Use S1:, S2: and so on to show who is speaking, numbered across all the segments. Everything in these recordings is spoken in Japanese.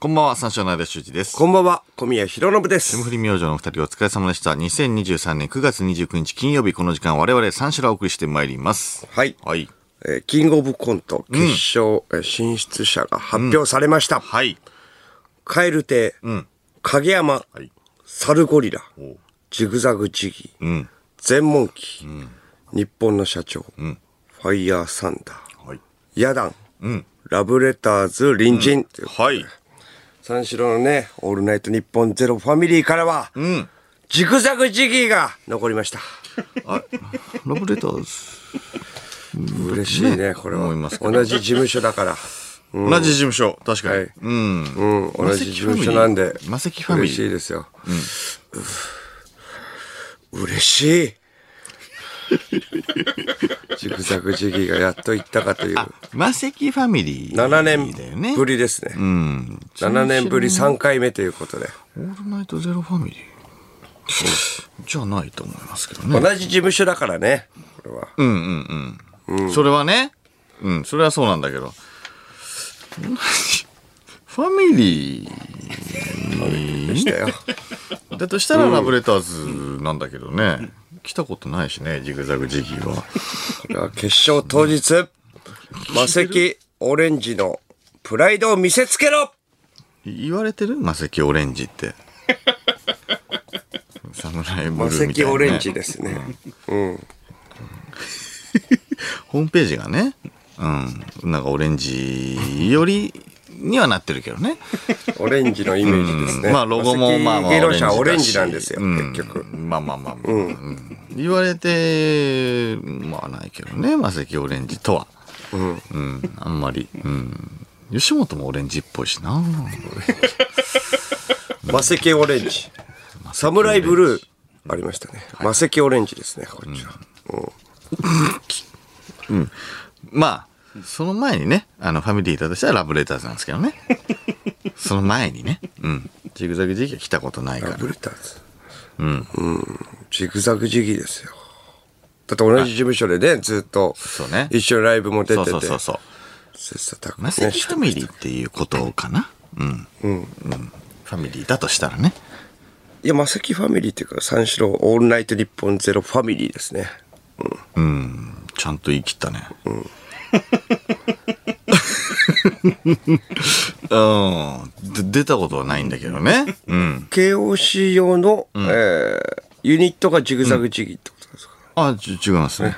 S1: こんばんは、三四郎の間修二です。
S2: こんばんは、小宮弘信で
S1: 霜
S2: す
S1: 降。り明星のお二人お疲れ様でした。2023年9月29日金曜日この時間我々三四郎をお送りしてまいります。
S2: はい、
S1: はい。
S2: えーキングオブコント決勝、えー進出者が発表されました。
S1: はい。
S2: 蛙亭、影山、
S1: はい。
S2: サルゴリラ
S1: う、
S2: ジグザグジギー、
S1: うん。
S2: 全問記、日本の社長、ファイヤーサンダー、
S1: はい。
S2: ヤダン、ラブレターズ隣人、という
S1: はい。
S2: 三四郎のね、オールナイト日本ゼロファミリーからは、
S1: ん
S2: ジグザグジギーが残りました。
S1: ラブレターズ。
S2: 嬉しいね、これは。
S1: 思いますけど
S2: 同じ事務所だから。
S1: 同じ事務所。確かに。
S2: はい
S1: うん。
S2: うん、同じ事務所なんで。
S1: マセキファミリー
S2: 嬉しいですよ。う嬉しい。ジグザグジギーがやっと行ったかという。
S1: マセキファミリー。
S2: 7
S1: だよ
S2: 年
S1: ね。
S2: ぶりですね。
S1: うん。
S2: 7年ぶり3回目ということで。
S1: オールナイトゼロファミリー。じゃないと思いますけど
S2: 同
S1: ね。
S2: じ事務所だからね。これは。
S1: それはね。うん。それはそうなんだけど。 ファミリ
S2: でしたよ。
S1: ー。だとしたらラブレターズなんだけどね。来たことないしね、ジグザグジギーは。
S2: これは決勝当日。マセキオレンジのプライドを見せつけろ
S1: 言われてるマセキオレンジって。 サムライブ
S2: マ
S1: ルー
S2: セ
S1: みた
S2: キ
S1: いな、ね。
S2: オレンジですね。
S1: ホームページがね、うん、なんかオレンジよりにはなってるけどね。
S2: オレンジのイメージですね。
S1: まあロゴもまあまあ
S2: マセキ芸能者は
S1: だし
S2: オレンジなんですよ、
S1: う
S2: 結局。
S1: まあまあまあ、うん言われて、まあないけどね、マセキオレンジとは。うん、あんまり。うん。吉本もオレンジっぽいし な。
S2: マセキオレンジ。サムライブルーありましたね。マセキオレンジですね、こっちは。
S1: まあ、その前にね、あの、ファミリーだとしたらラブレターズなんですけど ね。その前にね、うん。ジグザグ時期は来たことないから
S2: ブ。レターズ。うん。ジグザグジギーですよ。だって同じ事務所でね、ずっと
S1: そうね
S2: 一緒にライブも出
S1: そ
S2: て
S1: う
S2: て、
S1: そうそうそう。
S2: 切磋琢
S1: マ
S2: 磨
S1: セ
S2: ね
S1: キファミリーっていうことかな。うん。うん。ファミリーだとしたらね。
S2: いや、マセキファミリーっていうか、三四郎オールナイト日本ゼロファミリーですね。
S1: うん。ちゃんと言い切ったね。うん。 で出たことはないんだけどね。うん。
S2: KOC 用の、えーユニットがジグザグジギーってことですか、
S1: あ、ち違いますね。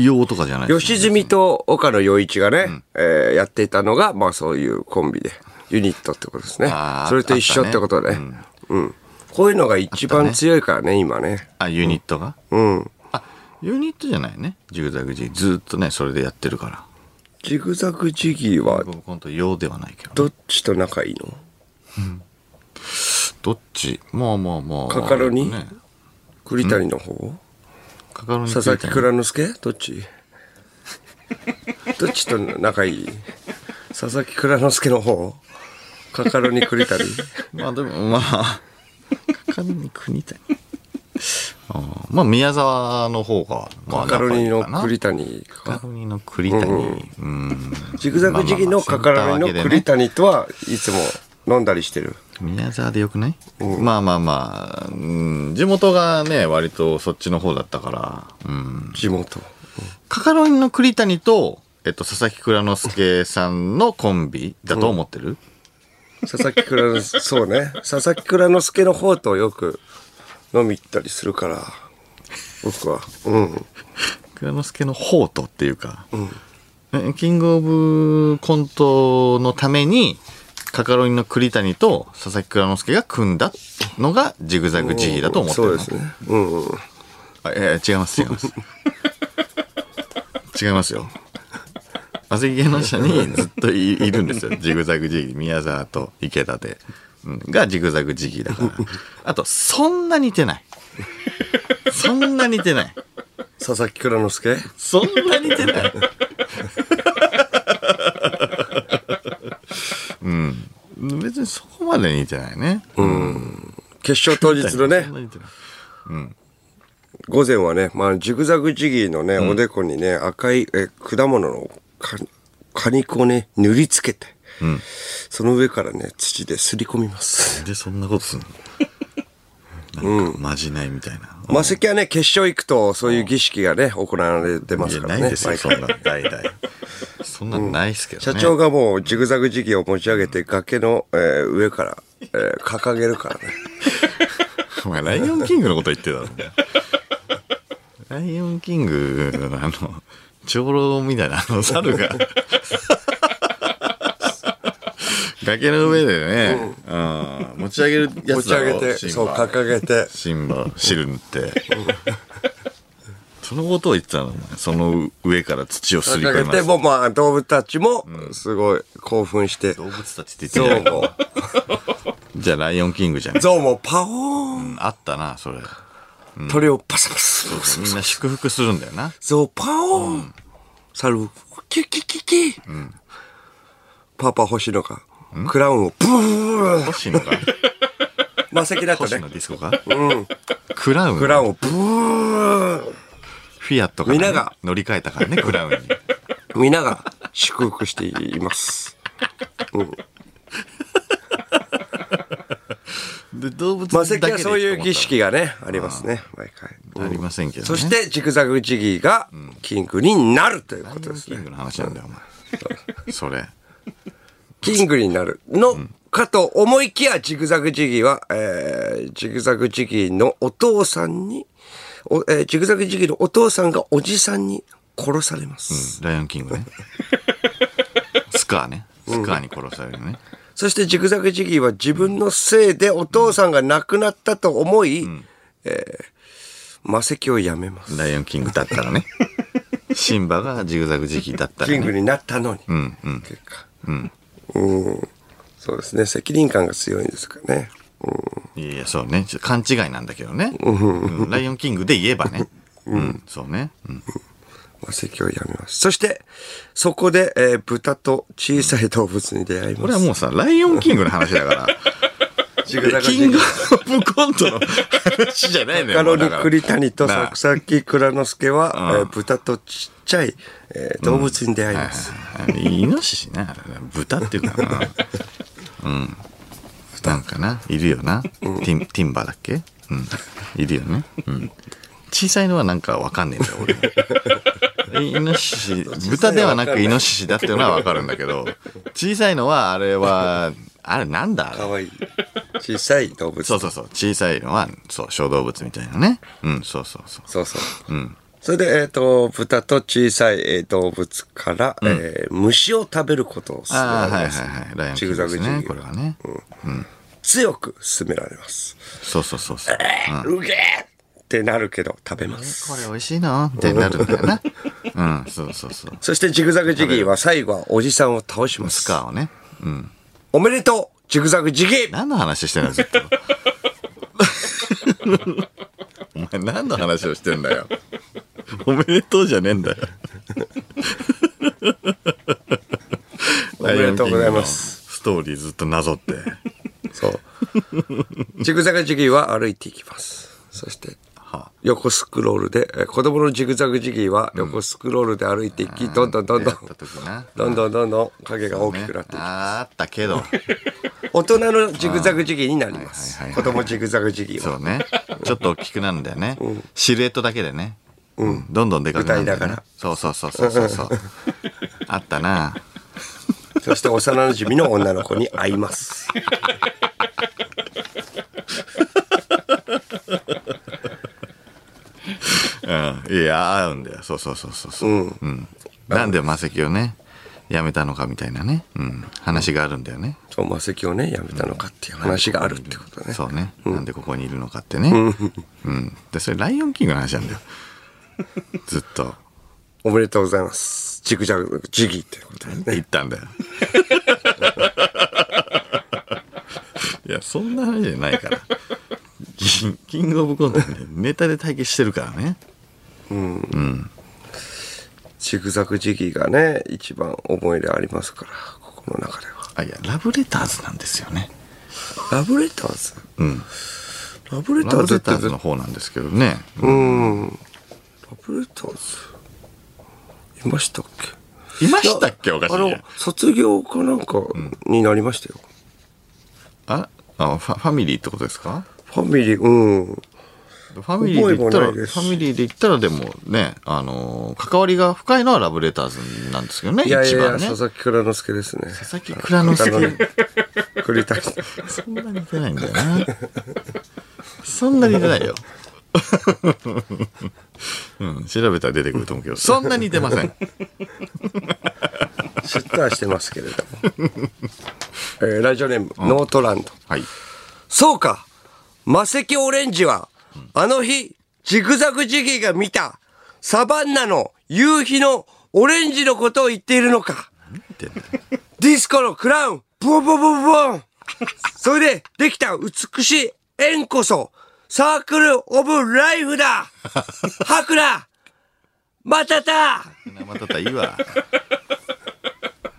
S1: 用とかじゃないです
S2: 吉住と岡野陽一がね、えーやっていたのが、まあそういうコンビで、ユニットってことですね
S1: あー。
S2: それと一緒ってことで、ねうん。こういうのが一番強いからね、今ね。
S1: あ、ユニットが、
S2: うん。
S1: あ、ユニットじゃないね。ジグザグジギー。ずーっとね、それでやってるから。
S2: ジグザグジギーは、
S1: 僕今度用ではないけどね、
S2: どっちと仲いいの
S1: どっちまあまあまあ。
S2: カカロニ
S1: ね
S2: 栗谷の方
S1: カカロニ
S2: 佐々木
S1: みたいな
S2: 蔵之介ど っちどっちと仲いい佐々木蔵之介の方カカロニ栗谷
S1: まあでもまあ鏡に国谷うんまあ宮沢の方がまあ
S2: カカロニの
S1: 仲いい
S2: 栗
S1: か
S2: 谷か
S1: なカカロニの栗谷うん
S2: ジグザグ時期のカカロニの栗谷とはいつも飲んだりしてる。
S1: 宮沢でよくない、まあまあまあ、うん、地元がね割とそっちの方だったから、うん、
S2: 地元。
S1: カカロニの栗谷と、えっと、佐々木蔵之介さんのコンビだと思ってる、
S2: 佐々木蔵之、そうね。佐々木蔵之介の方とよく飲み行ったりするから、僕は。うん。
S1: 蔵之介の方とっていうか、えキングオブコントのためにカカロニの栗谷と佐々木蔵之介が組んだのがジグザグジギーだと思ってるの
S2: そうですね。うんうん。
S1: あいやいや違います違います 違いますよマセキ芸能者にずっといいるん ですよジグザグジギー宮沢と池田で、うん、がジグザグジギーだからあとそんな似てないそんな似てない
S2: 佐々木蔵之介
S1: そんなに出ない。うん。別にそこまで似てないね。うん。
S2: 決勝当日のね
S1: そん、な似てない
S2: 午前はね、まあ、ジグザグジギーのね、おでこにね、赤いえ果物の果果肉をね、塗りつけて、その上からね、土ですり込みます。
S1: でそんなことすんのなんかまじないみたいな、
S2: 魔石はね、決勝行くと、そういう儀式がね、行われてま
S1: い
S2: す
S1: や
S2: から
S1: な
S2: ね。
S1: いですよ
S2: 毎
S1: そ
S2: 回
S1: んなの代々そんなのないっすけど
S2: 社
S1: ね
S2: 長がもうジグザグ時期を持ち上げて崖の、えー上から、えー掲げるからね。
S1: お前ライオンキングのこと言ってたのライオンキングのあの長老みたいなあの猿が崖の上でね、うん持ち上げるや
S2: 持
S1: つ
S2: ち
S1: だろ
S2: 上げて、
S1: シンバ
S2: そう掲げて。
S1: シンバシルンってそのことを言ってたのお前その上から土をすり込
S2: 掲
S1: み
S2: げ
S1: ま
S2: て、
S1: す
S2: もうまあ動物たちも、すごい興奮して、
S1: 動物たちって
S2: ゾ
S1: 言ってん
S2: ウ
S1: じゃない
S2: も、
S1: じゃあライオンキングじゃない
S2: ゾウもパオーン、
S1: あったなそれ
S2: 鳥をパサパサ、
S1: みんな祝福するんだよな
S2: ゾウパオーン、猿、キュキュキュキュ、パパ星野が、クラウンをブーン、
S1: 星野か
S2: 魔石だと
S1: 星
S2: ね
S1: 野、ディスコかクラウン
S2: クラウンをブーン、
S1: フィアットから、
S2: み
S1: ね、
S2: んなが
S1: 乗り換えたからね、クラウンに。
S2: 皆が祝福しています。うん
S1: で、動物
S2: 魔
S1: だけ
S2: 石
S1: で
S2: はそういう儀式がね、ありますね、毎回。
S1: ありませんけどね。
S2: そして、ジグザグジギーが、キングになるということです
S1: キン
S2: ね。
S1: グの話なんだよ、お前。それ。
S2: キングになるの、かと思いきや、ジグザグジギーは、えー、ジグザグジギーのお父さんに、おえージグザグジギーのお父さんがおじさんに殺されます。
S1: ライオンキングね。スカーね。スカーに殺されるね。
S2: そして、ジグザグジギーは自分のせいでお父さんが亡くなったと思い、えー魔石をやめます。
S1: ライオンキングだったらね。シンバがジグザグ時期だったら、
S2: キン
S1: ね。
S2: グになったのに。
S1: うんうん。
S2: 結果。うんそうですね。責任感が強いんですかね。
S1: いやいや、そうね。ちょっと勘違いなんだけどね。うんライオンキングで言えばね。うん、そうね。うん
S2: まあ、席をやめます。そして、そこで、えー豚と小さい動物に出会い
S1: こ
S2: ま
S1: れ
S2: す。
S1: はもうさ、ライオンキングの話だから。
S2: ジグザグジ
S1: キ
S2: ギ
S1: ン
S2: ー
S1: グオブコントの話じゃないのよ。
S2: カロリ
S1: もうだから
S2: 栗谷と
S1: なあ
S2: 佐々木蔵之介は、えー豚とちっちゃい、えー動物に出会います。
S1: あれイノシシね、あれね豚っていうかな。うん。なんかな、いるよな。ティンティンバーだっけうん。いるよね。うん。小さいのはなんかわかんねえんだよ、俺。イノシシ、豚ではなくイノシシだっていうのはわかるんだけど、小さいのは、あれは、あれなんだあれ
S2: かわいい。小さい動物。
S1: そうそうそう。小さいのは、そう、小動物みたいなね。うん、そうそうそう。
S2: そうそう。それで、えっ、と、豚と小さい、えー動物から、えー虫を食べることを勧め
S1: ああ、
S2: ら
S1: はいは
S2: れま
S1: い
S2: す。
S1: はい。ライオンキ
S2: ジ
S1: ング
S2: グザ
S1: で
S2: グ
S1: す
S2: ジギ
S1: ね、
S2: ー
S1: これはね。
S2: 強く勧められます。
S1: そうそうそうそう。うん
S2: うげえってなるけど食べます。
S1: これ美味しいのってなるんだよな。うん、そうそうそう。
S2: そしてジグザグジギーは最後はおじさんを倒しま
S1: ス
S2: す。
S1: カーをね。うん。
S2: おめでとうジグザグジギー
S1: 何の話してんのずっと。お前何の話をしてんだよ。おめでとうじゃねえんだよ。
S2: おめでとうございます。。
S1: ストーリーずっとなぞ って。
S2: そう。ジグザグジギーは歩いていきます。そして、
S1: は
S2: 横スクロールで、えー子供のジグザグジギーは横スクロールで歩いていき、どんどんどんどん
S1: 出会った時な、
S2: どんどんどんどん影が大きくなっていく、
S1: ああったけ ど。
S2: 大人のジグザグジギーになります
S1: はい。はい
S2: 子
S1: はいはい
S2: 供ジグザグジギーは。
S1: そうね。ちょっと大きくなるんだよね。シルエットだけでね。うん。どんどんでかくなるんだよ
S2: 舞台だ
S1: ね
S2: から。
S1: そうそうそうそうそう そう。あったな。
S2: そして幼馴染の女の子に会います。
S1: うん。いや、合うんだよ。そうそうそうそうそう。うん。なんで魔石をね、やめたのかみたいなね。うん。話があるんだよね。
S2: そう、魔石をね、やめたのかっていう話があるってことね。
S1: そうね。なんでここにいるのかってね。うん。で、それライオンキングの話なんだよ。ずっと。
S2: おめでとうございます。ジグジャグ、ジギーってことね。
S1: 言ったんだよ。いや、そんな話じゃないから。キンキングオブコントね、ネタで対決してるからね。
S2: ジグザグジギーがね、一番思い入れありますから、ここの中では。
S1: あ、いや、ラブレターズなんですよね。
S2: ラブレターズ
S1: うん。
S2: ラブレタ
S1: ラ
S2: ー
S1: ブ
S2: ズっ
S1: レ
S2: て
S1: ターズの方なんですけどね。
S2: うん。ラブレターズいましたっけ
S1: いましたっけおかしい
S2: あの
S1: ね、
S2: 卒業かなんかになりましたよ。
S1: ああファファミリーってことですか
S2: ファミリー、うん。
S1: ファミリーで言ったら、
S2: 覚えもない
S1: フ
S2: です
S1: ァミリーで言ったらでもね、あのー関わりが深いのはラブレターズなんですけどね、
S2: いやい
S1: 一
S2: やいや、
S1: 番ね。
S2: 佐々木蔵之介ですね。
S1: 佐々木蔵之介、
S2: 栗谷。
S1: そんなに似てないんだよな。そんなに似てないよ。 うん、調べたら出てくると思うけど、そんなに似てません。
S2: シュッターしてますけれども。 えーラジオネーム、ノートランド。
S1: はい。
S2: そうか魔石オレンジは、あの日、ジグザグジギーが見た、サバンナの夕日のオレンジのことを言っているのか。
S1: ってんだよ
S2: ディスコのクラウン、ボンボンボンボン。それでできた美しい円こそ、サークルオブライフだ。ハクラ、またた。
S1: 生たたいいわ。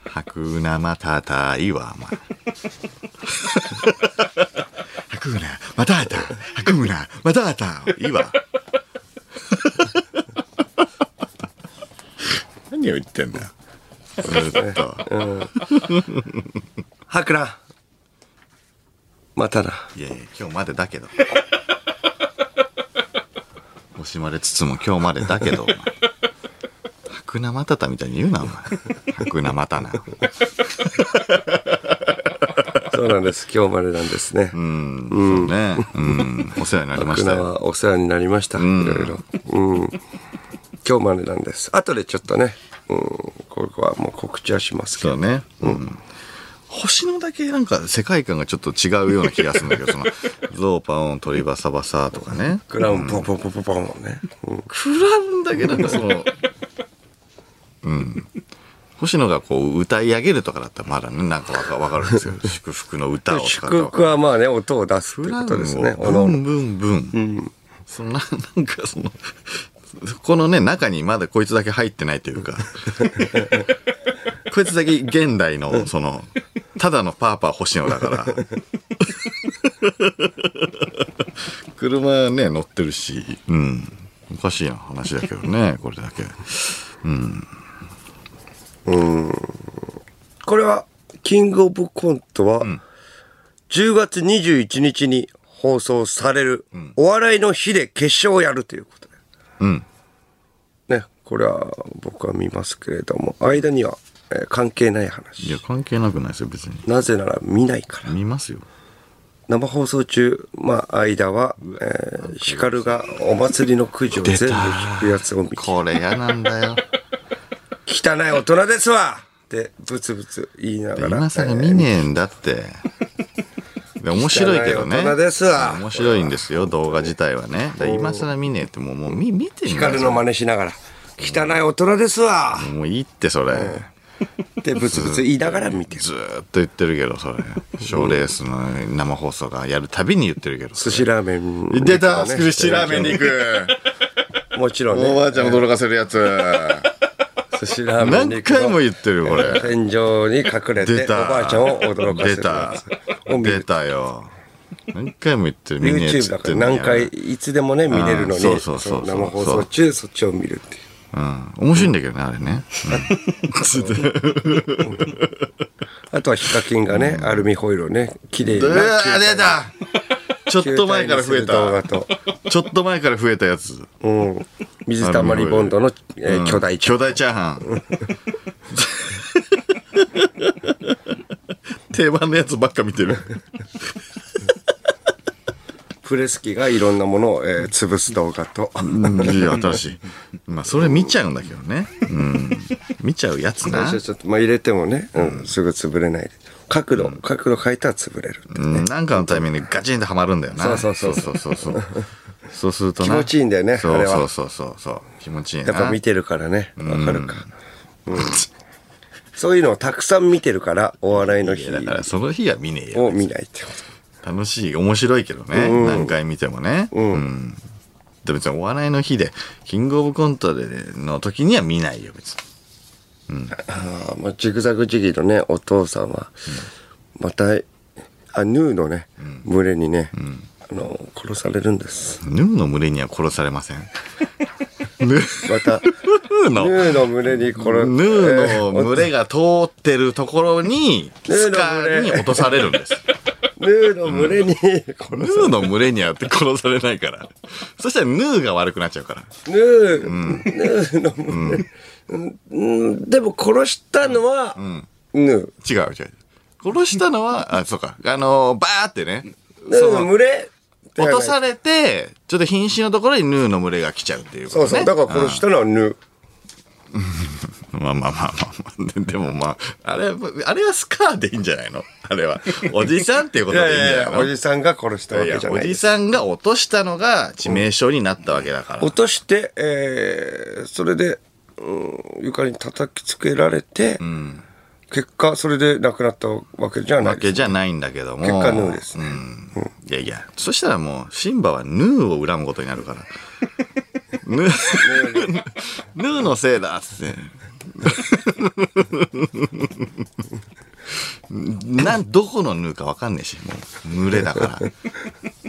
S1: 白生たたいいわ、お前。白生またた、白生またた、いいわ。何を言ってんだよ。ずっと。
S2: ハクラ、またな。
S1: いやいや、今日までだけど。惜しまれつつも今日までだけど、お前白生たたみたいに言うな、お前。白生たな。
S2: そうなんです。今日までなんですね。
S1: うん、そうね。うん、お世話になりました
S2: 僕ら
S1: よ。
S2: はお世話になりました。いろいろ。うん。今日までなんです。後でちょっとね、うん、ここはもう告知はしますけ
S1: そ
S2: ど。
S1: うね。うん。星のだけなんか世界観がちょっと違うような気がするんだけど、その、ゾウパオン、鳥バサバサとかね。
S2: クラウンポンポンポンポンポンね。うん
S1: クラウンだけなんかその、 うん。星野がこう歌い上げるとかだったらまだね、なんかわかわかるんですよ。祝福の歌をとか
S2: 祝
S1: と。
S2: 福はまあね、音を出すと
S1: ク
S2: いう
S1: ラウ
S2: こ
S1: ン
S2: とですね。お
S1: を
S2: の
S1: ブ
S2: おの
S1: ンブンブン。そのななんかその、このね、中にまだこいつだけ入ってないというか、こいつだけ現代の、その、ただのパーパー星野だから、車ね、乗ってるし、うん、おかしいな話だけどね、これだけ。
S2: これは、キングオブコントは、10月21日に放送される、お笑いの日で決勝をやるということで。
S1: うん。
S2: ね、これは僕は見ますけれども、間には、えー関係ない
S1: い
S2: 話
S1: や、。関係なくないですよ、別に。
S2: なぜなら見ないから。
S1: 見ますよ。
S2: 生放送中、まあ、間は、えー、ヒカルがお祭りのくじを全部引くやつを見て、
S1: これ嫌なんだよ。
S2: 汚い大人ですわって、ブツブツ言いながら。
S1: 今更見ねえんだ って。で面白いけどね。
S2: 汚い大人ですわ
S1: 面白いんですよ、動画自体はね。だから今更見ねえって、もう、もう見見て
S2: えー
S1: み
S2: ヒカルの真似しながら、汚い大人ですわ
S1: もういいって、それ。
S2: って、ブツブツ言いながら見てる。
S1: ずーっと言ってるけど、それ。賞ーレースの生放送がやるたびに言ってるけど。
S2: 寿司ラーメン、
S1: 出たスクシラーメンに行 く
S2: もちろん
S1: お
S2: ね、
S1: ばあちゃん驚かせるやつ
S2: 寿司ラーメンに
S1: 何
S2: 行くの
S1: 回も言ってるよこれ。
S2: 天井に隠れて、
S1: 出
S2: お
S1: た
S2: ばあちゃんを驚かせるやつを見
S1: 出
S2: る。
S1: たよ。何回も言ってる。見ねえっ
S2: YouTube
S1: つ
S2: だ
S1: っ
S2: か
S1: て
S2: ら
S1: んのに
S2: 何回、いつでもね、見れるの
S1: あー
S2: に、
S1: そうそうそうそう
S2: その生放送中、そっちを見るっていう。
S1: うん。面白いんだけどね、あれね。
S2: あとはヒカキンがね、アルミホイルをね、綺麗に
S1: う
S2: な
S1: わー出 たちょっと前から増え
S2: 動画
S1: た。
S2: と、
S1: ちょっと前から増えたやつ。
S2: うん、水たまりボンドの、えー巨大
S1: 巨大チャーハ ン。定番のやつばっか見てる。
S2: プレス機がいろんなものを、えー潰す動画と、
S1: うんいや、新しい。まあ、それ見ちゃうんだけどね。うん。見ちゃうやつ
S2: 最
S1: な
S2: 初。ちょっと、まあ、入れてもね、うん、すぐ潰れないで。角度、角度変えたら潰れる。
S1: うん、なんかのタイミングでガチンとはまるんだよな。
S2: そうそ
S1: そう
S2: う
S1: そうそうそう。そうするとな
S2: 気持ちいいんだよね
S1: そ
S2: あ
S1: う
S2: れは
S1: そうそうそうそう。気持ちいいな。
S2: やっぱ見てるからね、わかるか。そういうのをたくさん見てるから、お笑いの日
S1: だからその日は見ねえよ。
S2: を見ないってこと。
S1: 楽しい、面白いけどね。何回見てもね。うん。で別にお笑いの日で、キングオブコントでの時には見ないよ、別に。
S2: あーまあ、ジグザグジギーのねお父さんは、またあヌーのね群れにね、あの殺されるんです
S1: ヌーの群れには殺されません。
S2: ま た、
S1: ヌーの、
S2: ヌーの胸にこれ、
S1: ヌーの群れが通ってるところに、
S2: ヌー
S1: ス
S2: の
S1: カ
S2: 群れ
S1: に落とされるんです。
S2: ヌーの胸に、この
S1: ヌーの群れにあって殺されないから。そしたらヌーが悪くなっちゃうから。
S2: ヌー、ヌーの胸、うんうんでも殺したのは、ヌー。
S1: 違う違う。殺したのは、あ、そうか。あのーバーってね。
S2: ヌーの群れ
S1: 落とさ
S2: れ
S1: れて、ちょっと瀕死のところにヌーの群れが来ちゃうっていうこと
S2: そ
S1: ね。
S2: うそう。だから殺したのはヌー。
S1: まあまあまあまあまあ。ででもまあ、あれ、あれはスカーでいいんじゃないのあれは。おじさんっていうことでいいんじゃないの
S2: おじさんが殺したわ
S1: い
S2: け
S1: や
S2: じゃ
S1: お
S2: ない
S1: じ。さんが落としたのが致命傷になったわけだから。
S2: 落として、えーそれで、うん、床に叩きつけられて、結果、それで亡くなったわけじゃな
S1: わ
S2: いです。
S1: けじゃないんだけども。
S2: 結果ヌーですね
S1: うんいやいや、そしたらもう、シンバはヌーを恨むことになる から。ヌー、ヌーのせいだっつって。なんどこのヌーかわかんねえし、もう、群れだから。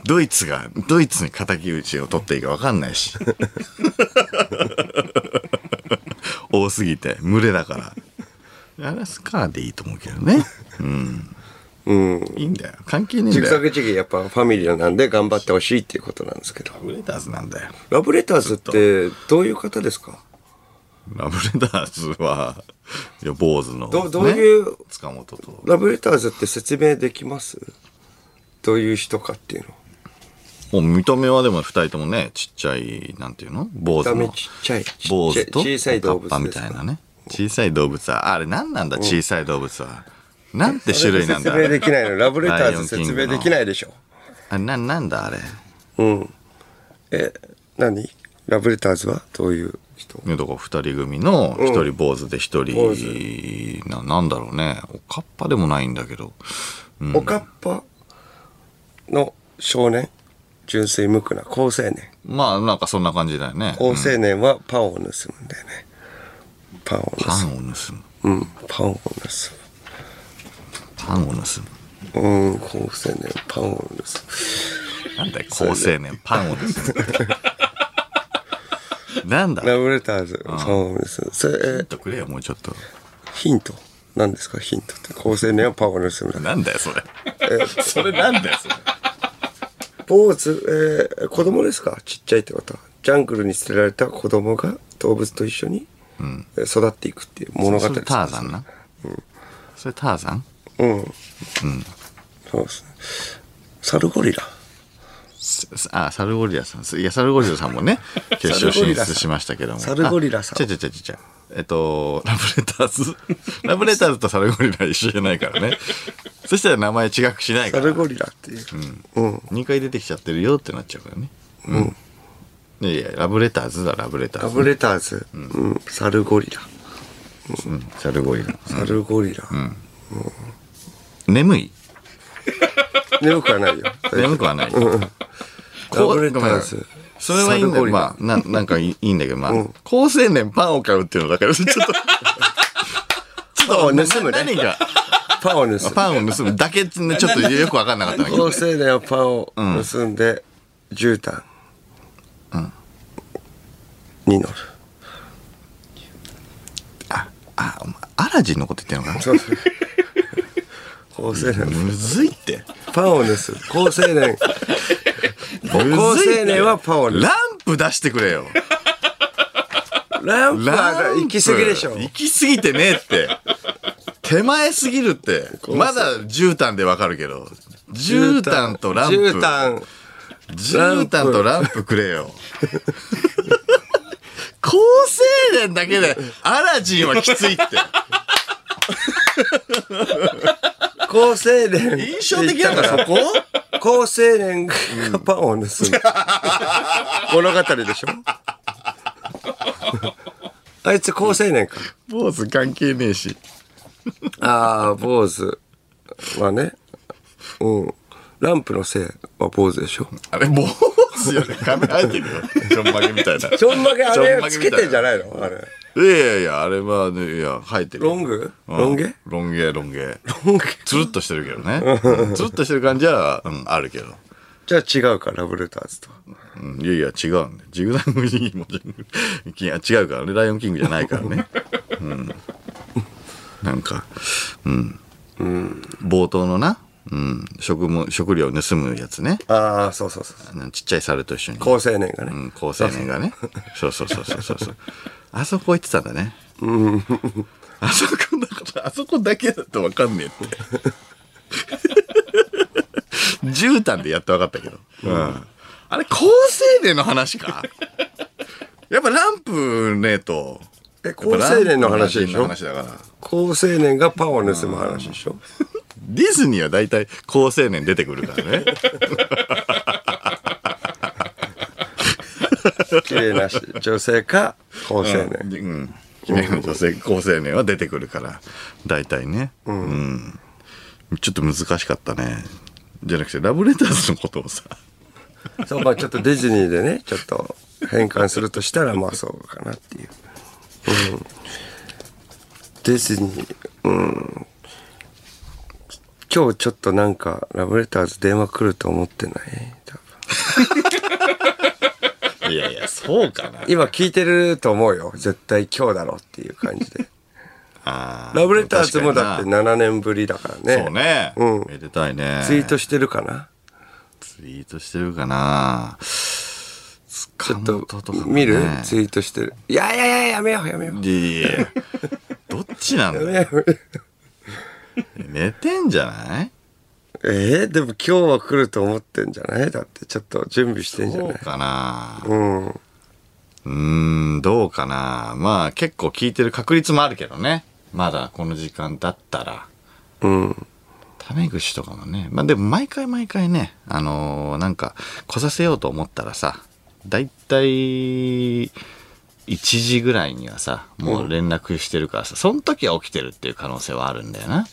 S1: ドイツが、ドイツに敵討ちを取っていいかわかんない し。多すぎて、群れだから。あれはスカーでいいと思うけどね。
S2: うん。
S1: いいんだよ。関係ねえ
S2: ジ
S1: ん
S2: グ
S1: だ
S2: ザ
S1: よ。
S2: グジギーやっぱファミリーなんで頑張ってほしいっていうことなんですけど。
S1: ラブレターズなんだよ。
S2: ラブレターズってどういう方ですか
S1: ラブレターズは、いや、坊主の、ね。
S2: どどういう、
S1: 塚本と。
S2: ラブレターズって説明できますどういう人かっていうの。
S1: もう見た目はでも二人ともね、ちっちゃい、なんていうの坊主
S2: ダメ
S1: の。
S2: ちっちゃい。ちっちゃい
S1: 坊主と、
S2: 小さい動物
S1: カッパ
S2: で
S1: み
S2: す
S1: たい
S2: か。
S1: なね。小さい動物は、あれ何なんだ、小さい動物は。なんて種類なんだ、あ
S2: 説明
S1: れ
S2: で。きないの。ラブレターズ
S1: ライオンキ
S2: 説
S1: ングの
S2: 明できないでしょ。
S1: あれな、なんだ、あれ。
S2: うん。え、何ラブレターズはどういう人
S1: ねだから二人組の、一人坊主で一
S2: 坊
S1: 人、な、なんだろうね。おかっぱでもないんだけど。
S2: おかっぱの少年純粋無垢な好青年
S1: まあ、なんかそんな感じだよね。
S2: 好青年はパンを盗むんだよねパンを盗
S1: パンを盗む。
S2: むうんパンを盗
S1: パンを盗む。
S2: むうん好青年パンを盗む
S1: なんだよ、高青年、パンをですなんだヒ
S2: ラ
S1: ン
S2: ブレターズパンを盗むそれえ
S1: トくれよ、もうちょっと。
S2: ヒント何ですかヒントって好青年はパンを盗むだ
S1: なんだよ、それ。 それなんだよ、それ。
S2: 坊主、えー子供ですかちっちゃいってことはジャングルに捨てられた子供が動物と一緒にえー育っていくっていう物語
S1: それターザンな。それターザン
S2: うん。うん。そうですね。サルゴリラ。
S1: すすあ、サルゴリラさん。すいや、サルゴリラさんも ね、決勝
S2: サルゴ
S1: 進
S2: リラさ
S1: 出
S2: ん
S1: しましたけども。
S2: サルゴリラさん
S1: あ違う違う違う違う。えっと、ラブレターズ。 ラブレターズとサルゴリラ一緒じゃないからね。そしたら名前違くしないか
S2: サ
S1: ら
S2: ル。ゴリラっていう。うん。
S1: 2回出てきちゃってるよってなっちゃうからね。うん。いやいや、ラブレターズだ、ラブレターズ
S2: ラ。ブレターズ。うん。サルゴリラ。
S1: うん、サルゴリラ。
S2: サルゴリラ。
S1: 眠い
S2: 眠くはないよ。
S1: 眠くはない。こ
S2: ラ
S1: う
S2: ブレター
S1: ごめん
S2: ズ。
S1: それはいいんだよ。
S2: サルゴリラ
S1: まあ、ななんかいいいいんだけど、まあ、高青年パンを買うっていうのだから、ちょっ と、ち
S2: パンを
S1: ょっと、
S2: 盗むね
S1: 何が、
S2: パンを盗む。
S1: パンを盗むだけってね、ちょっとよくわかんなかったんだけ
S2: 高
S1: ど
S2: 青、年はパンを盗んで、絨毯。に乗る。
S1: あ、あ、お前アラジンのこと言ってんのか
S2: そうそう。高青年。
S1: むずいって。
S2: パンを盗む。高青年。
S1: 高
S2: 高青年はパンを盗む
S1: ラ。ンプ出してくれよ。
S2: ランプ
S1: ラ
S2: は
S1: ンプ
S2: 行き過ぎでしょ。
S1: 行き過ぎてねえって。手前すぎるって。まだ絨毯でわかるけど。絨毯とランプ。
S2: 絨毯。
S1: 絨毯とランプくれよ。 高青年だけで、アラジンはきついって。
S2: 高青年。
S1: 印象的なのがそこ
S2: 高青年がパン を盗む。物語でしょ あいつ高青年か。
S1: 坊主関係ねえし。
S2: ああ、坊主はね。うん。ランプのせいは坊主でしょ。
S1: あれ、坊主よね。髪生えてるよ。ちょんまげみ たいな。
S2: ちょんまげあ
S1: ちょん
S2: れ
S1: まげ
S2: つ
S1: みたい
S2: けてんじゃ
S1: ない
S2: ないのあれ。
S1: いやいやいや、あれはね、いや、生えてるよ。
S2: ロング
S1: うん
S2: ロン毛
S1: ロン毛、ロン毛。
S2: ロン毛
S1: つるっとしてるけどね。つるっとしてる感じは、うん、あるけど。
S2: じゃあ違うか、ラブレターズとは。
S1: うんいやいや、違うんだよ。ジグザグジギーもジグいや違うからね。ライオンキングじゃないからね。うん。なんか、うん。冒頭のな、うん、食も、食料盗むやつね。
S2: ああ、そうそうそうそう。
S1: あのちっちゃい猿と一緒に。
S2: 高青年がね。
S1: うん、高青年がね。そうそうそうそうそうそう。あそこ行ってたんだね。あそこだから、あそこだけだとわかんねえって。絨毯でやっとわかったけど。うん。あれ、高青年の話かやっぱランプねと。
S2: え、高青年の話でし
S1: やっ
S2: ょ
S1: ぱランプの話だから。
S2: 高青年がパンを盗む話でしょ
S1: ディズニーは大体高青年出てくるからね。
S2: 綺麗なし女性か高青年。
S1: うん。女性高青年は出てくるから、大体ね。うん。ちょっと難しかったね。じゃなくて、ラブレターズのことをさ、
S2: そう、まあちょっとディズニーでね、ちょっと変換するとしたら、まあそうかなっていう。うん。ディズニー、うん。今日ちょっとなんか、ラブレターズ電話来ると思ってない多分
S1: いやいや、そうかな。
S2: 今聞いてると思うよ。絶対今日だろっていう感 じで。
S1: あ
S2: ラブレターズもだって
S1: 確
S2: 7年ぶりだからね。
S1: かになそうね。
S2: うん
S1: めでたいね。
S2: ツイートしてるかな
S1: ツイートしてるかな。
S2: ちょっと
S1: 塚本かもね
S2: 見るツイートしてる。いやいやいや、やめようやめよう。
S1: いやいやいやどっちなんだ よ
S2: やめよう
S1: 寝てんじゃない
S2: えー、でも今日は来ると思ってんじゃないだってちょっと準備してんじゃ
S1: ど
S2: な
S1: う
S2: い
S1: かな。
S2: うん。
S1: うーん、どうかな。まあ結構聞いてる確率もあるけどね。まだこの時間だったら。
S2: うん。
S1: タメ口とかもね。まあでも毎回毎回ね、あのーなんか来させようと思ったらさ、だいたい1時ぐらいにはさ、もう連絡してるからさ、その時は起きてるっていう可能性はあるんだよな。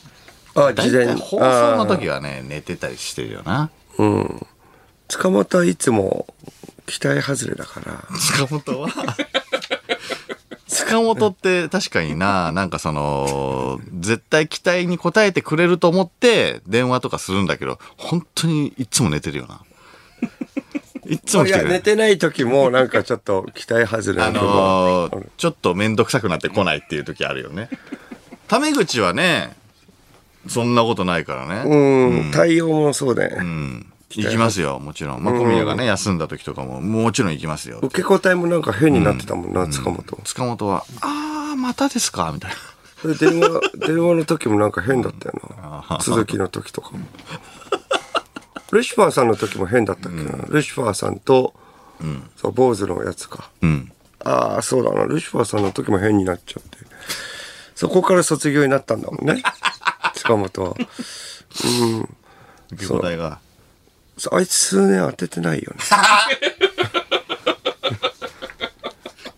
S2: あ、
S1: だい
S2: 事
S1: た
S2: 前
S1: い
S2: に。
S1: 放送の時はね、寝てたりしてるよな。
S2: あー。うん。塚本はいつも期待外れだから。
S1: 塚本は塚本って確かにな、なんかその、絶対期待に応えてくれると思って電話とかするんだけど、本当にいつも寝てるよな。いつも
S2: い
S1: 来てく
S2: や、
S1: れ
S2: 寝
S1: る。
S2: てない時もなんかちょっと期待外れ
S1: あ
S2: な部分
S1: のーちょっとめんどくさくなってこないっていう時あるよね。タメ口はね、そんなことないからね。
S2: うん、対応もそうだよ
S1: う
S2: ね。
S1: ん。行きますよ、もちろん。まあ、小宮がね、休んだ時とかも、もちろん行きますよ。
S2: 受け答えもなんか変になってたもんな、塚本。
S1: 塚本は、あー、またですかみたいな。
S2: それ電話、電話の時もなんか変だったよな。鈴木の時とかも。ルシファーさんの時も変だったっけな。ルシファーさんと、そう、坊主のやつか。
S1: うん。
S2: ああ、そうだな。ルシファーさんの時も変になっちゃって。そこから卒業になったんだも んね。塚本は。
S1: 受け答えが。
S2: そうあいつ数年当ててないよね。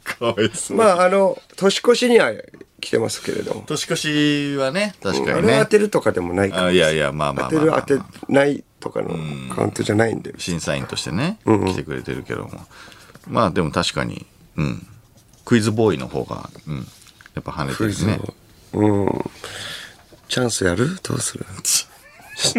S1: かわいそう。
S2: まあ、あの、年越しには来てますけれども。
S1: 年越しはね、確か
S2: あ
S1: に
S2: れ
S1: ね
S2: 当。てるとかでもないから
S1: あいやいや、まあまあ
S2: 当
S1: まあ
S2: てる
S1: まあ、
S2: 当てないとかのカウントじゃないんで。
S1: 審査員としてね、来てくれてるけども。まあでも確かに、うん。クイズボーイの方が、うん。やっぱ跳ねてるね。
S2: うん。チャンスやるどうする
S1: チ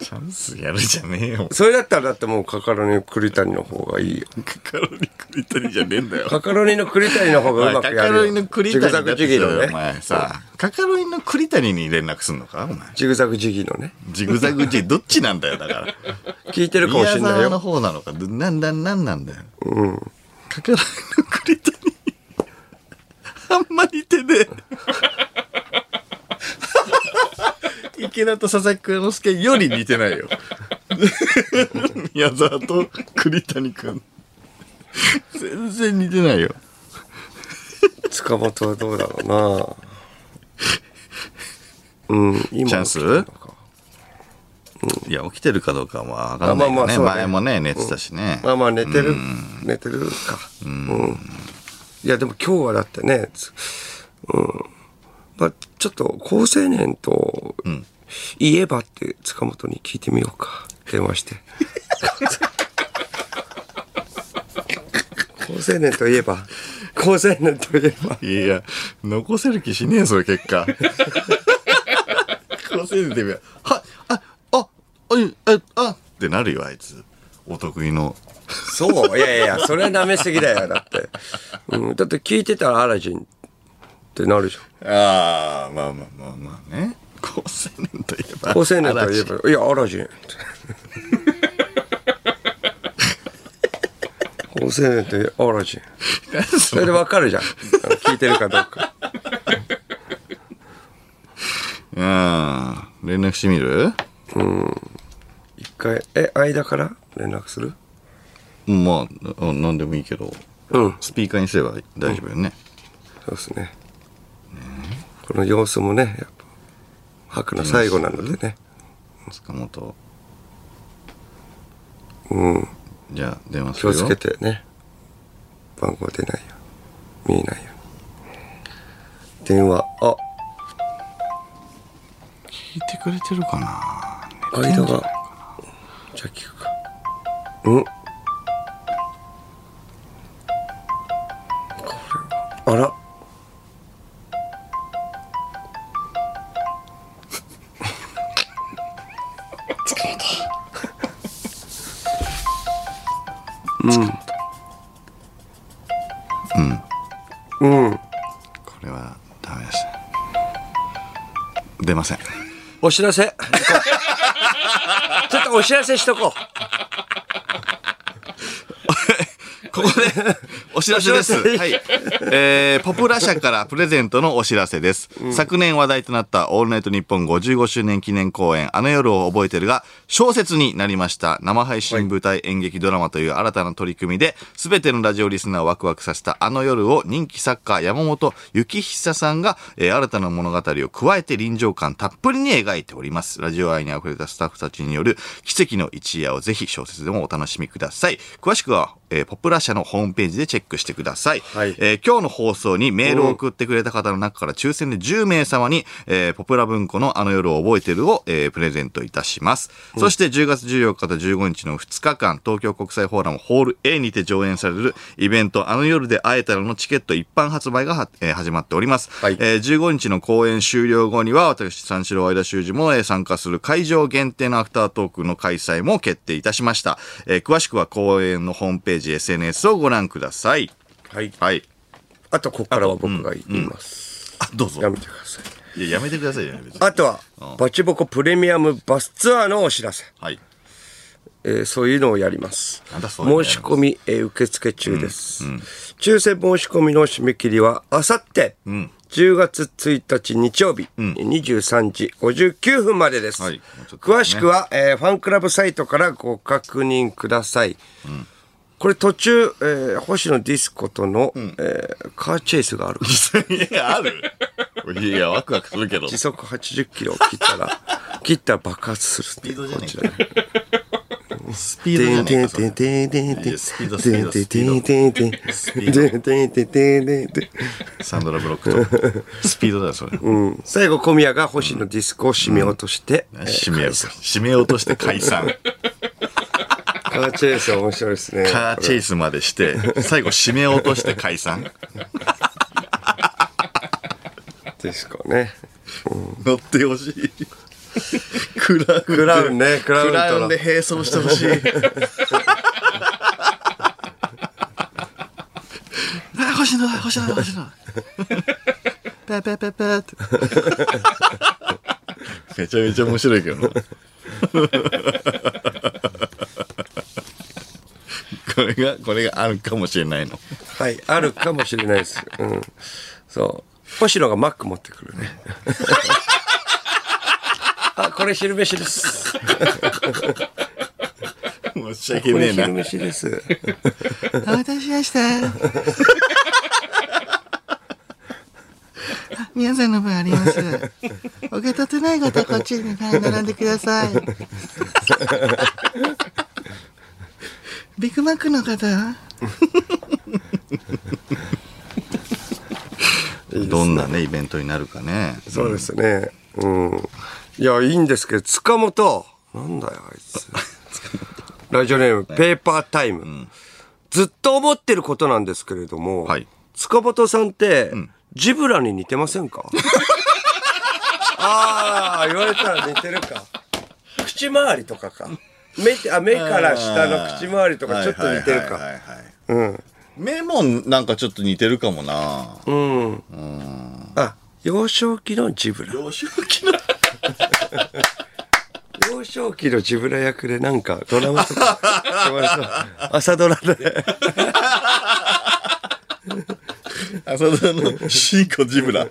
S1: ャンスやるじゃねえよ。
S2: それだったらだってもうカカロニの栗谷の方がいいよ。
S1: カカロニ栗谷じゃねえんだよ。
S2: カカロニの栗谷の方
S1: お
S2: がう
S1: い
S2: ま
S1: カ
S2: くや
S1: カ
S2: る
S1: ロ
S2: よ。
S1: ニの栗
S2: ジグ
S1: 谷だ
S2: ザ
S1: って
S2: グジギ
S1: そ
S2: ー
S1: れ
S2: の
S1: お
S2: ね。
S1: 前さ、カカロニの栗谷に連絡すんのかお前。
S2: ジグザグジギーのね。
S1: ジグザグジ、どっちなんだよ、だから。
S2: 聞いてるかも
S1: 宮
S2: し
S1: 沢
S2: れない
S1: の
S2: よ。
S1: 方なのか、なんだ、なんなんだよ。かけられの栗谷。あんまり似てねえ。池田と佐々木蔵之介より似てないよ。宮沢と栗谷くん。全然似てないよ。
S2: 塚本はどうだろうな。うん、今
S1: チャンス
S2: 起きてるのか
S1: いや、起きてるかどうかもわかんな
S2: ま
S1: いけ
S2: あま
S1: ど
S2: あ
S1: ね。
S2: そうだね
S1: 前もね、寝てたしね。
S2: まあまあ寝てる、寝てるか。うん。いやでも今日はだってね、つうん。まあちょっと高青年と言えばって塚本に聞いてみようか。電話 して。高青年といえば、高青年といえば、
S1: いや、残せる気しねえ、それ結 果。残せるってみようはい、あ、あ、あ、あ、あ、ってなるよ、あいつ。お得意の。
S2: そういやいやいや、それは舐めすぎだよ、だって。うん、だって聞いてたらアラジンってなるじゃ
S1: ああ、まあまあまあまあね。高青年といえば。
S2: ん。高青年といえば、いや、アラジンって。高青年といえば、アラジン。それでわかるじゃん。あの聞いてるかどうか。
S1: うん。連絡してみる
S2: 一回、え、間から連絡する
S1: まあ、うんなんでもいいけど。
S2: うん、
S1: スピーカーにすれば大丈夫よね。
S2: そうですね。この様子もね、やっぱ、白の最後なのでね。
S1: 塚本。
S2: うん。
S1: じゃあ、電話す
S2: 気
S1: る
S2: を
S1: よ。
S2: つけてね番号出ないように見えないように電話あ
S1: 聞いてくれてるかな
S2: 間がじゃあ聞くかうんこれあら
S1: これはダメです。出ません。
S2: お知らせ ちょっとお知らせしとこう
S1: ここで お知らせです。
S2: お知らせ
S1: はい。えー、ポプラ社からプレゼントのお知らせです。昨年話題となったオールナイトニッポン55周年記念公演、あの夜を覚えてるが、小説になりました。生配信舞台演劇ドラマという新たな取り組みで、すべてのラジオリスナーをワクワクさせたあの夜を人気作家山本幸久さんが、えー新たな物語を加えて臨場感たっぷりに描いております。ラジオ愛に溢れたスタッフたちによる奇跡の一夜をぜひ小説でもお楽しみください。詳しくは、えーポプラ社のホームページでチェックしてください。
S2: はい
S1: えー今日の放送にメールを送ってくれた方の中から抽選で10名様に、えーポプラ文庫のあの夜を覚えてるを、えープレゼントいたします。そして10月14日と15日の2日間、東京国際フォーラムホール A にて上演されるイベントあの夜で会えたらのチケット一般発売がは、えー始まっております。
S2: はい
S1: えー15日の公演終了後には私三四郎相田修二もえー参加する会場限定のアフタートークの開催も決定いたしました。えー詳しくは公演のホームページ、SNS をご覧ください。
S2: はい
S1: はい。
S2: あとここからは僕が言います、
S1: あ、どうぞ。
S2: やめてください
S1: いや、やめてくださいよ、別に。
S2: あとはバチボコプレミアムバスツアーのお知らせ
S1: はい。
S2: えーそういうのをやります。
S1: なんだそういうのや
S2: 申
S1: ります
S2: し込み、えー受付中です、抽選申し込みの締め切りはあさって、10月1日日曜日、23時59分までです。
S1: はいもうちょっとね
S2: 詳しくは、えーファンクラブサイトからご確認ください。これ途中、えー星野ディスコとの、えーカーチェイスがある。
S1: いや、あるいや、ワクワクするけど。
S2: 時速80キロを切った ら、切ったら爆発するっていう。こちら
S1: スピードじゃねえかそれ。
S2: 最
S1: サンドラブロックと。スピードだよ、それ。うん。
S2: 後小宮が星野ディスコを締めようとして、えー
S1: 締めようと。締めようとして解散。
S2: カーチェイス面白いですね。
S1: カーチェイスまでして、最後締めようとして解散。
S2: ディスコね。
S1: 乗ってほし い。クラウン。
S2: クラウンね、クラウン
S1: クラウン
S2: と
S1: で並走してほしい。 あ、星野だ、星野だ、星野だ。ペペペペって。めちゃめちゃ面白いけどな。これが、これがあるかもしれないの。
S2: はい、あるかもしれないです。うん。そう。星野がマック持ってくるね。あ、これ昼飯です。
S1: 申し訳
S2: こ
S1: ね
S2: れ
S1: えな
S2: 昼。飯です。
S3: お待たせしました。あ皆さんの分あります。お受け取ってない方はこっちにはい並んでください。ビッグマックの方は
S1: どんなね、イベントになるかね。
S2: そうですね。うん。いや、いいんですけど、塚本。なんだよ、あいつ。ラジオネーム、ペーパータイム。ずっと思ってることなんですけれども、
S1: はい
S2: 塚本さんって、ジブラに似てません かああ、言われたら似てるか。口周りとかか。目ってあ目から下の口周りとかちょっと似てる
S1: はいは
S2: か
S1: いはいはい目もなんかちょっと似てるかもな
S2: あ幼少期のジブラ
S1: 幼少期の
S2: 幼少期のジブラ役でなんかドラマとか 言われそう朝ドラで
S1: 浅田のシンコジブラ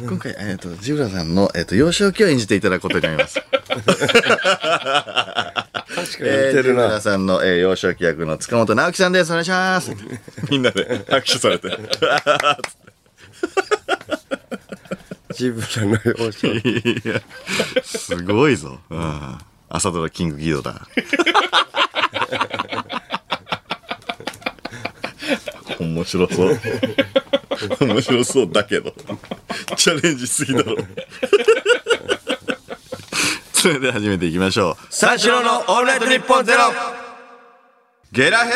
S1: 今回、えっとジブラさんの、えっと幼少期を演じていただくことになります
S2: 確 かに似
S1: えー、
S2: て
S1: ジ
S2: る
S1: ブラ
S2: な、
S1: さんの、えー幼少期役の塚本直樹さんです。お願いし ます。みんなで拍手されて。
S2: ジブラの幼少期
S1: いや、すごいぞ。うん朝ドラキングギドだ。面白そう。面白そうだけど。チャレンジしすぎだろ。それでは始めていきましょう。
S2: 三四郎のオールナイトニッポンゼロ
S1: ゲラヘ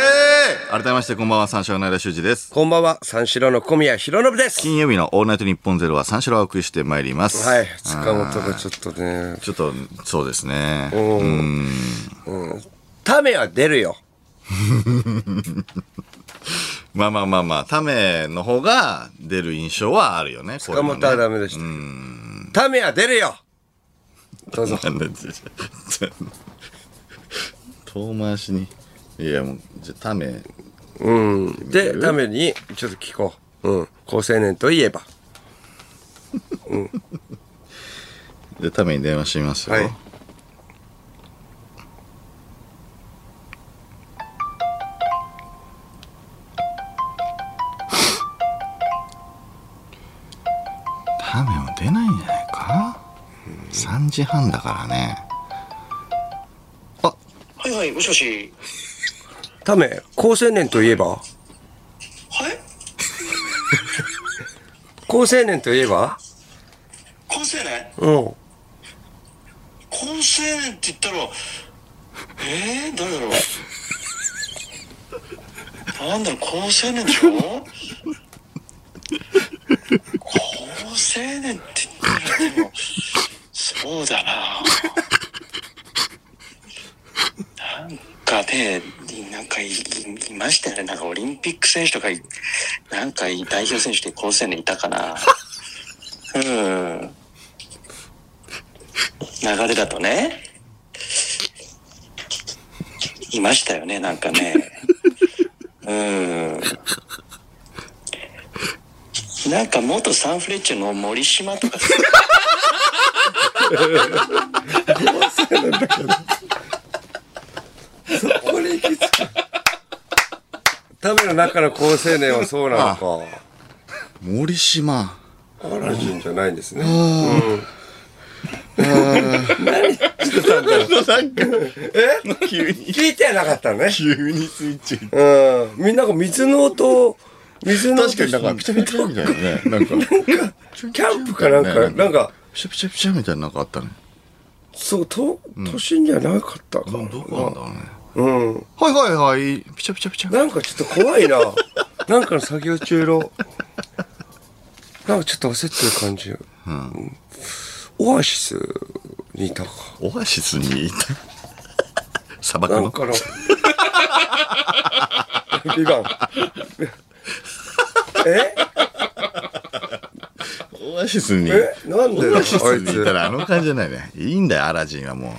S1: ー改めましてこんばんは、三四郎の間修二です。
S2: こんばんは三四郎の小宮浩信です
S1: 金曜日の「オールナイトニッポンゼロは三四郎をお送りしてまいります。
S2: はい塚本がちょっとね
S1: ちょっと、そうですね。
S2: ためは出るよ
S1: まあまあまあまあ、ための方が出る印象はあるよね。これ
S2: 塚
S1: も
S2: 本
S1: ね
S2: はダメでしたためは出るよどうぞ
S1: なんだちょちょ遠回しに。いやもう、じゃあため、
S2: うんでためにちょっと聞こううん高青年といえば
S1: じゃあために電話してみますよ。
S2: はい
S1: ためは出ないんじゃないか ?3 時半だからね。
S4: はいはい、もしもし。
S2: ため高青年といえば
S4: はい
S2: 高青年といえば
S4: 今世ね
S2: うん
S4: 今世ねって言ったら、えー、誰だろうなんだろう、高青年でしょ高青年って言ったら、でも、そうだななんかね、なんかいいいましたよね。なんかオリンピック選手とかい、なんかい代表選手で高青年いたかな。うん。流れだとねいましたよねなんか ねうんなんか元サンフレッチェの森島とかさ
S2: ための中の高青年はそうなのか
S1: 森島。
S2: アラジンじゃないんですね。何してたんだろう。え
S1: 急に、
S2: 聞いてはなかったのね。
S1: 急にスイッチ。
S2: うん。みんなが水の音を、水の音
S1: 確かになんか、ピチャピチャみたいなね。なんか、
S2: キャンプかなんか、
S1: ね
S2: なんか、
S1: ピチャピチャピチャみたいななんかあったね。
S2: そう、都都心じゃなかったか。
S1: どこなんだろうね。
S2: うん。
S1: はいはいはい。ピチャピチャピチャ。
S2: なんかちょっと怖いな。 なんかの作業中の、なんかちょっと焦ってる感じ。うん。オアシスにいたか。
S1: オアシスにいた。 砂漠
S2: なん
S1: の。
S2: かの。 ビガン。え
S1: オアシスに。
S2: えなんで
S1: オ アシス
S2: あい
S1: にいた
S2: つ。
S1: らあの感じじゃないね。いいんだよ、アラジンはも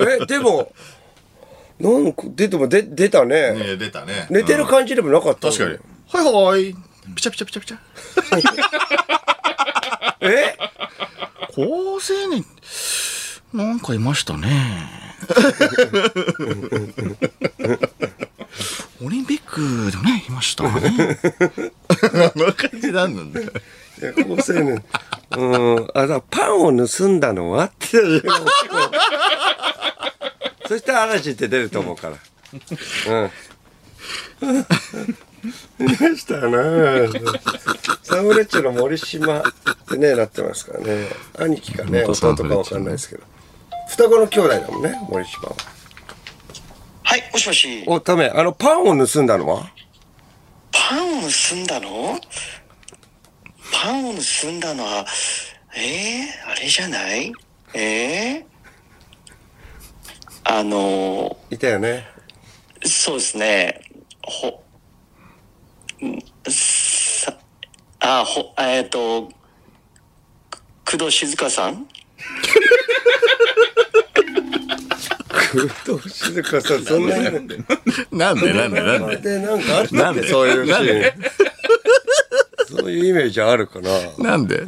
S2: え、でも、なんか、出ても、で出た
S1: う。
S2: ね。
S1: 出たね
S2: 寝てる感じでもなかった。
S1: 確かに。。はいはい。ピチャピチャピチャピチャ。
S2: え
S1: 高青年、なんかいました ね。オリンピックでもね、いました ね。あの感じなんだよ。
S2: いや高青年。うん。あ、だパンを盗んだのは っていう。そしたら嵐って出ると思うから。 うん。いましたなサンフレッチェの森島ってね、なってますからね。兄貴かね、
S1: 本当サ
S2: 弟
S1: ンフ
S2: か
S1: レッ
S2: わ
S1: チェ
S2: かんないですけど。双子の兄弟だもんね、森島は。
S4: はいもしもし
S2: お、ため、あの、パンを盗んだのは
S4: パンを盗んだのパンを盗んだのはえー、あれじゃないえー、あの
S2: いたよね。
S4: ー、そうですね、ほ、んさ、あ、ほ、えっ、と、く工藤静香さん
S2: 工藤静香さん、そんなに。
S1: なんでなんでなんで
S2: で、なんかあった
S1: な
S2: っ
S1: ん
S2: け
S1: で
S2: そういうシ
S1: なん
S2: ー
S1: で
S2: ン。そういうイメージあるか な。
S1: なんで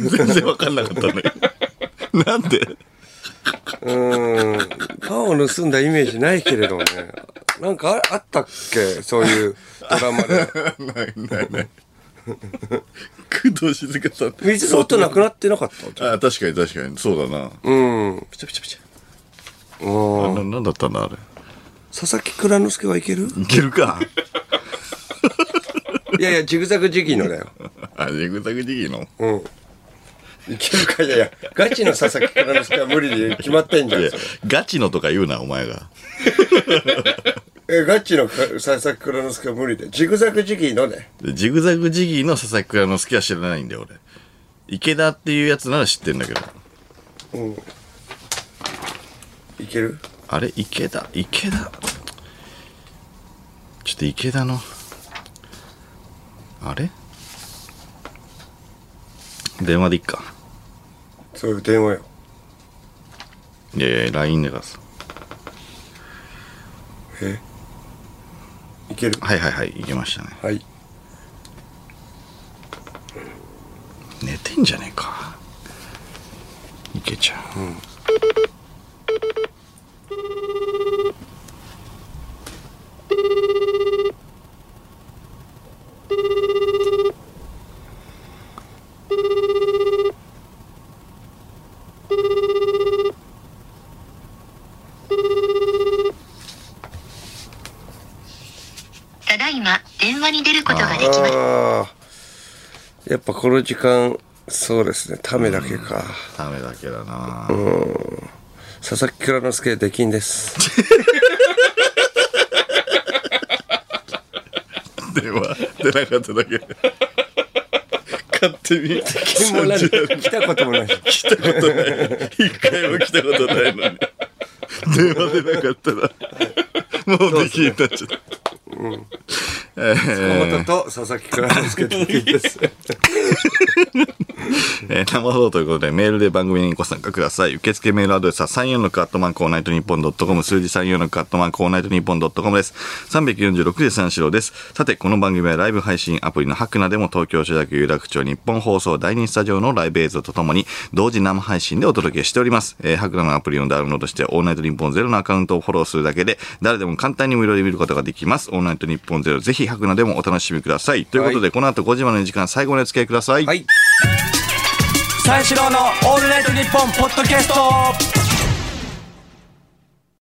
S1: 全然わかんなかったね。なんで
S2: うん。パンを盗んだイメージないけれどもね。なんかああったっけそういうドラマで。
S1: ないないない。工藤静香さん。
S2: 水の音なくなってなかった
S1: あ、確かに確かに。そうだな。
S2: うん。
S1: ピチャピチャピチャ。
S2: うん
S1: な、なんだったんだ、あれ。
S2: 佐々木蔵之介はいける
S1: いけるか。
S2: いやいや、ジグザグジギーのだよ。
S1: あ、ジグザグジギーの
S2: いけるかいやいや、ガチの佐々木蔵之介は無理で決まってんじゃ
S1: い
S2: ん
S1: や。
S2: それ、
S1: ガチのとか言うな、お前が。
S2: え、ガチのか佐々木蔵之介は無理で。ジグザグジギーのね。
S1: ジグザグジギーの佐々木蔵之介は知らないんだよ、俺。池田っていうやつなら知ってんだけど。
S2: いける
S1: あれ池田池田ちょっと池田のあれ電話でいっか
S2: そういう電話よ。
S1: いやいや LINE で出す
S2: えいける
S1: はいはいはい行きましたね
S2: はい。
S1: 寝てんじゃねえか池ちゃん、
S5: ただいま電話に出ることができました
S2: ああ。やっぱこの時間、そうですね。ためだけか。
S1: ダメだけどな、
S2: 佐々木蔵之介出禁です。
S1: 電話出なかった だけ勝手に
S2: でもなんか
S1: 30
S2: 来たこともないし。
S1: 来たことない一回も来たことない のに電話でなかったらもうできになっちゃったえー
S2: 岡本と佐々木蔵之介出禁です。
S1: えー生放送ということで、メールで番組にご参加ください。受付メールアドレスは34のカットマンコーナイトニッポンドットコム、数字34のカットマンコーナイトニッポンドットコムです。346で三四郎です。さて、この番組はライブ配信アプリのハクナでも東京所属有楽町日本放送第2スタジオのライブ映像とともに、同時生配信でお届けしております。えー、ハクナのアプリをダウンロードして、オールナイトニッポンゼロのアカウントをフォローするだけで、誰でも簡単に無料で見ることができます。オールナイトニッポンゼロ、ぜひハクナでもお楽しみください。ということで、この後5時までの時間、最後までお付き合いください。
S2: はい。
S6: 三四郎の「オールナイトニッポン」ポッドキャスト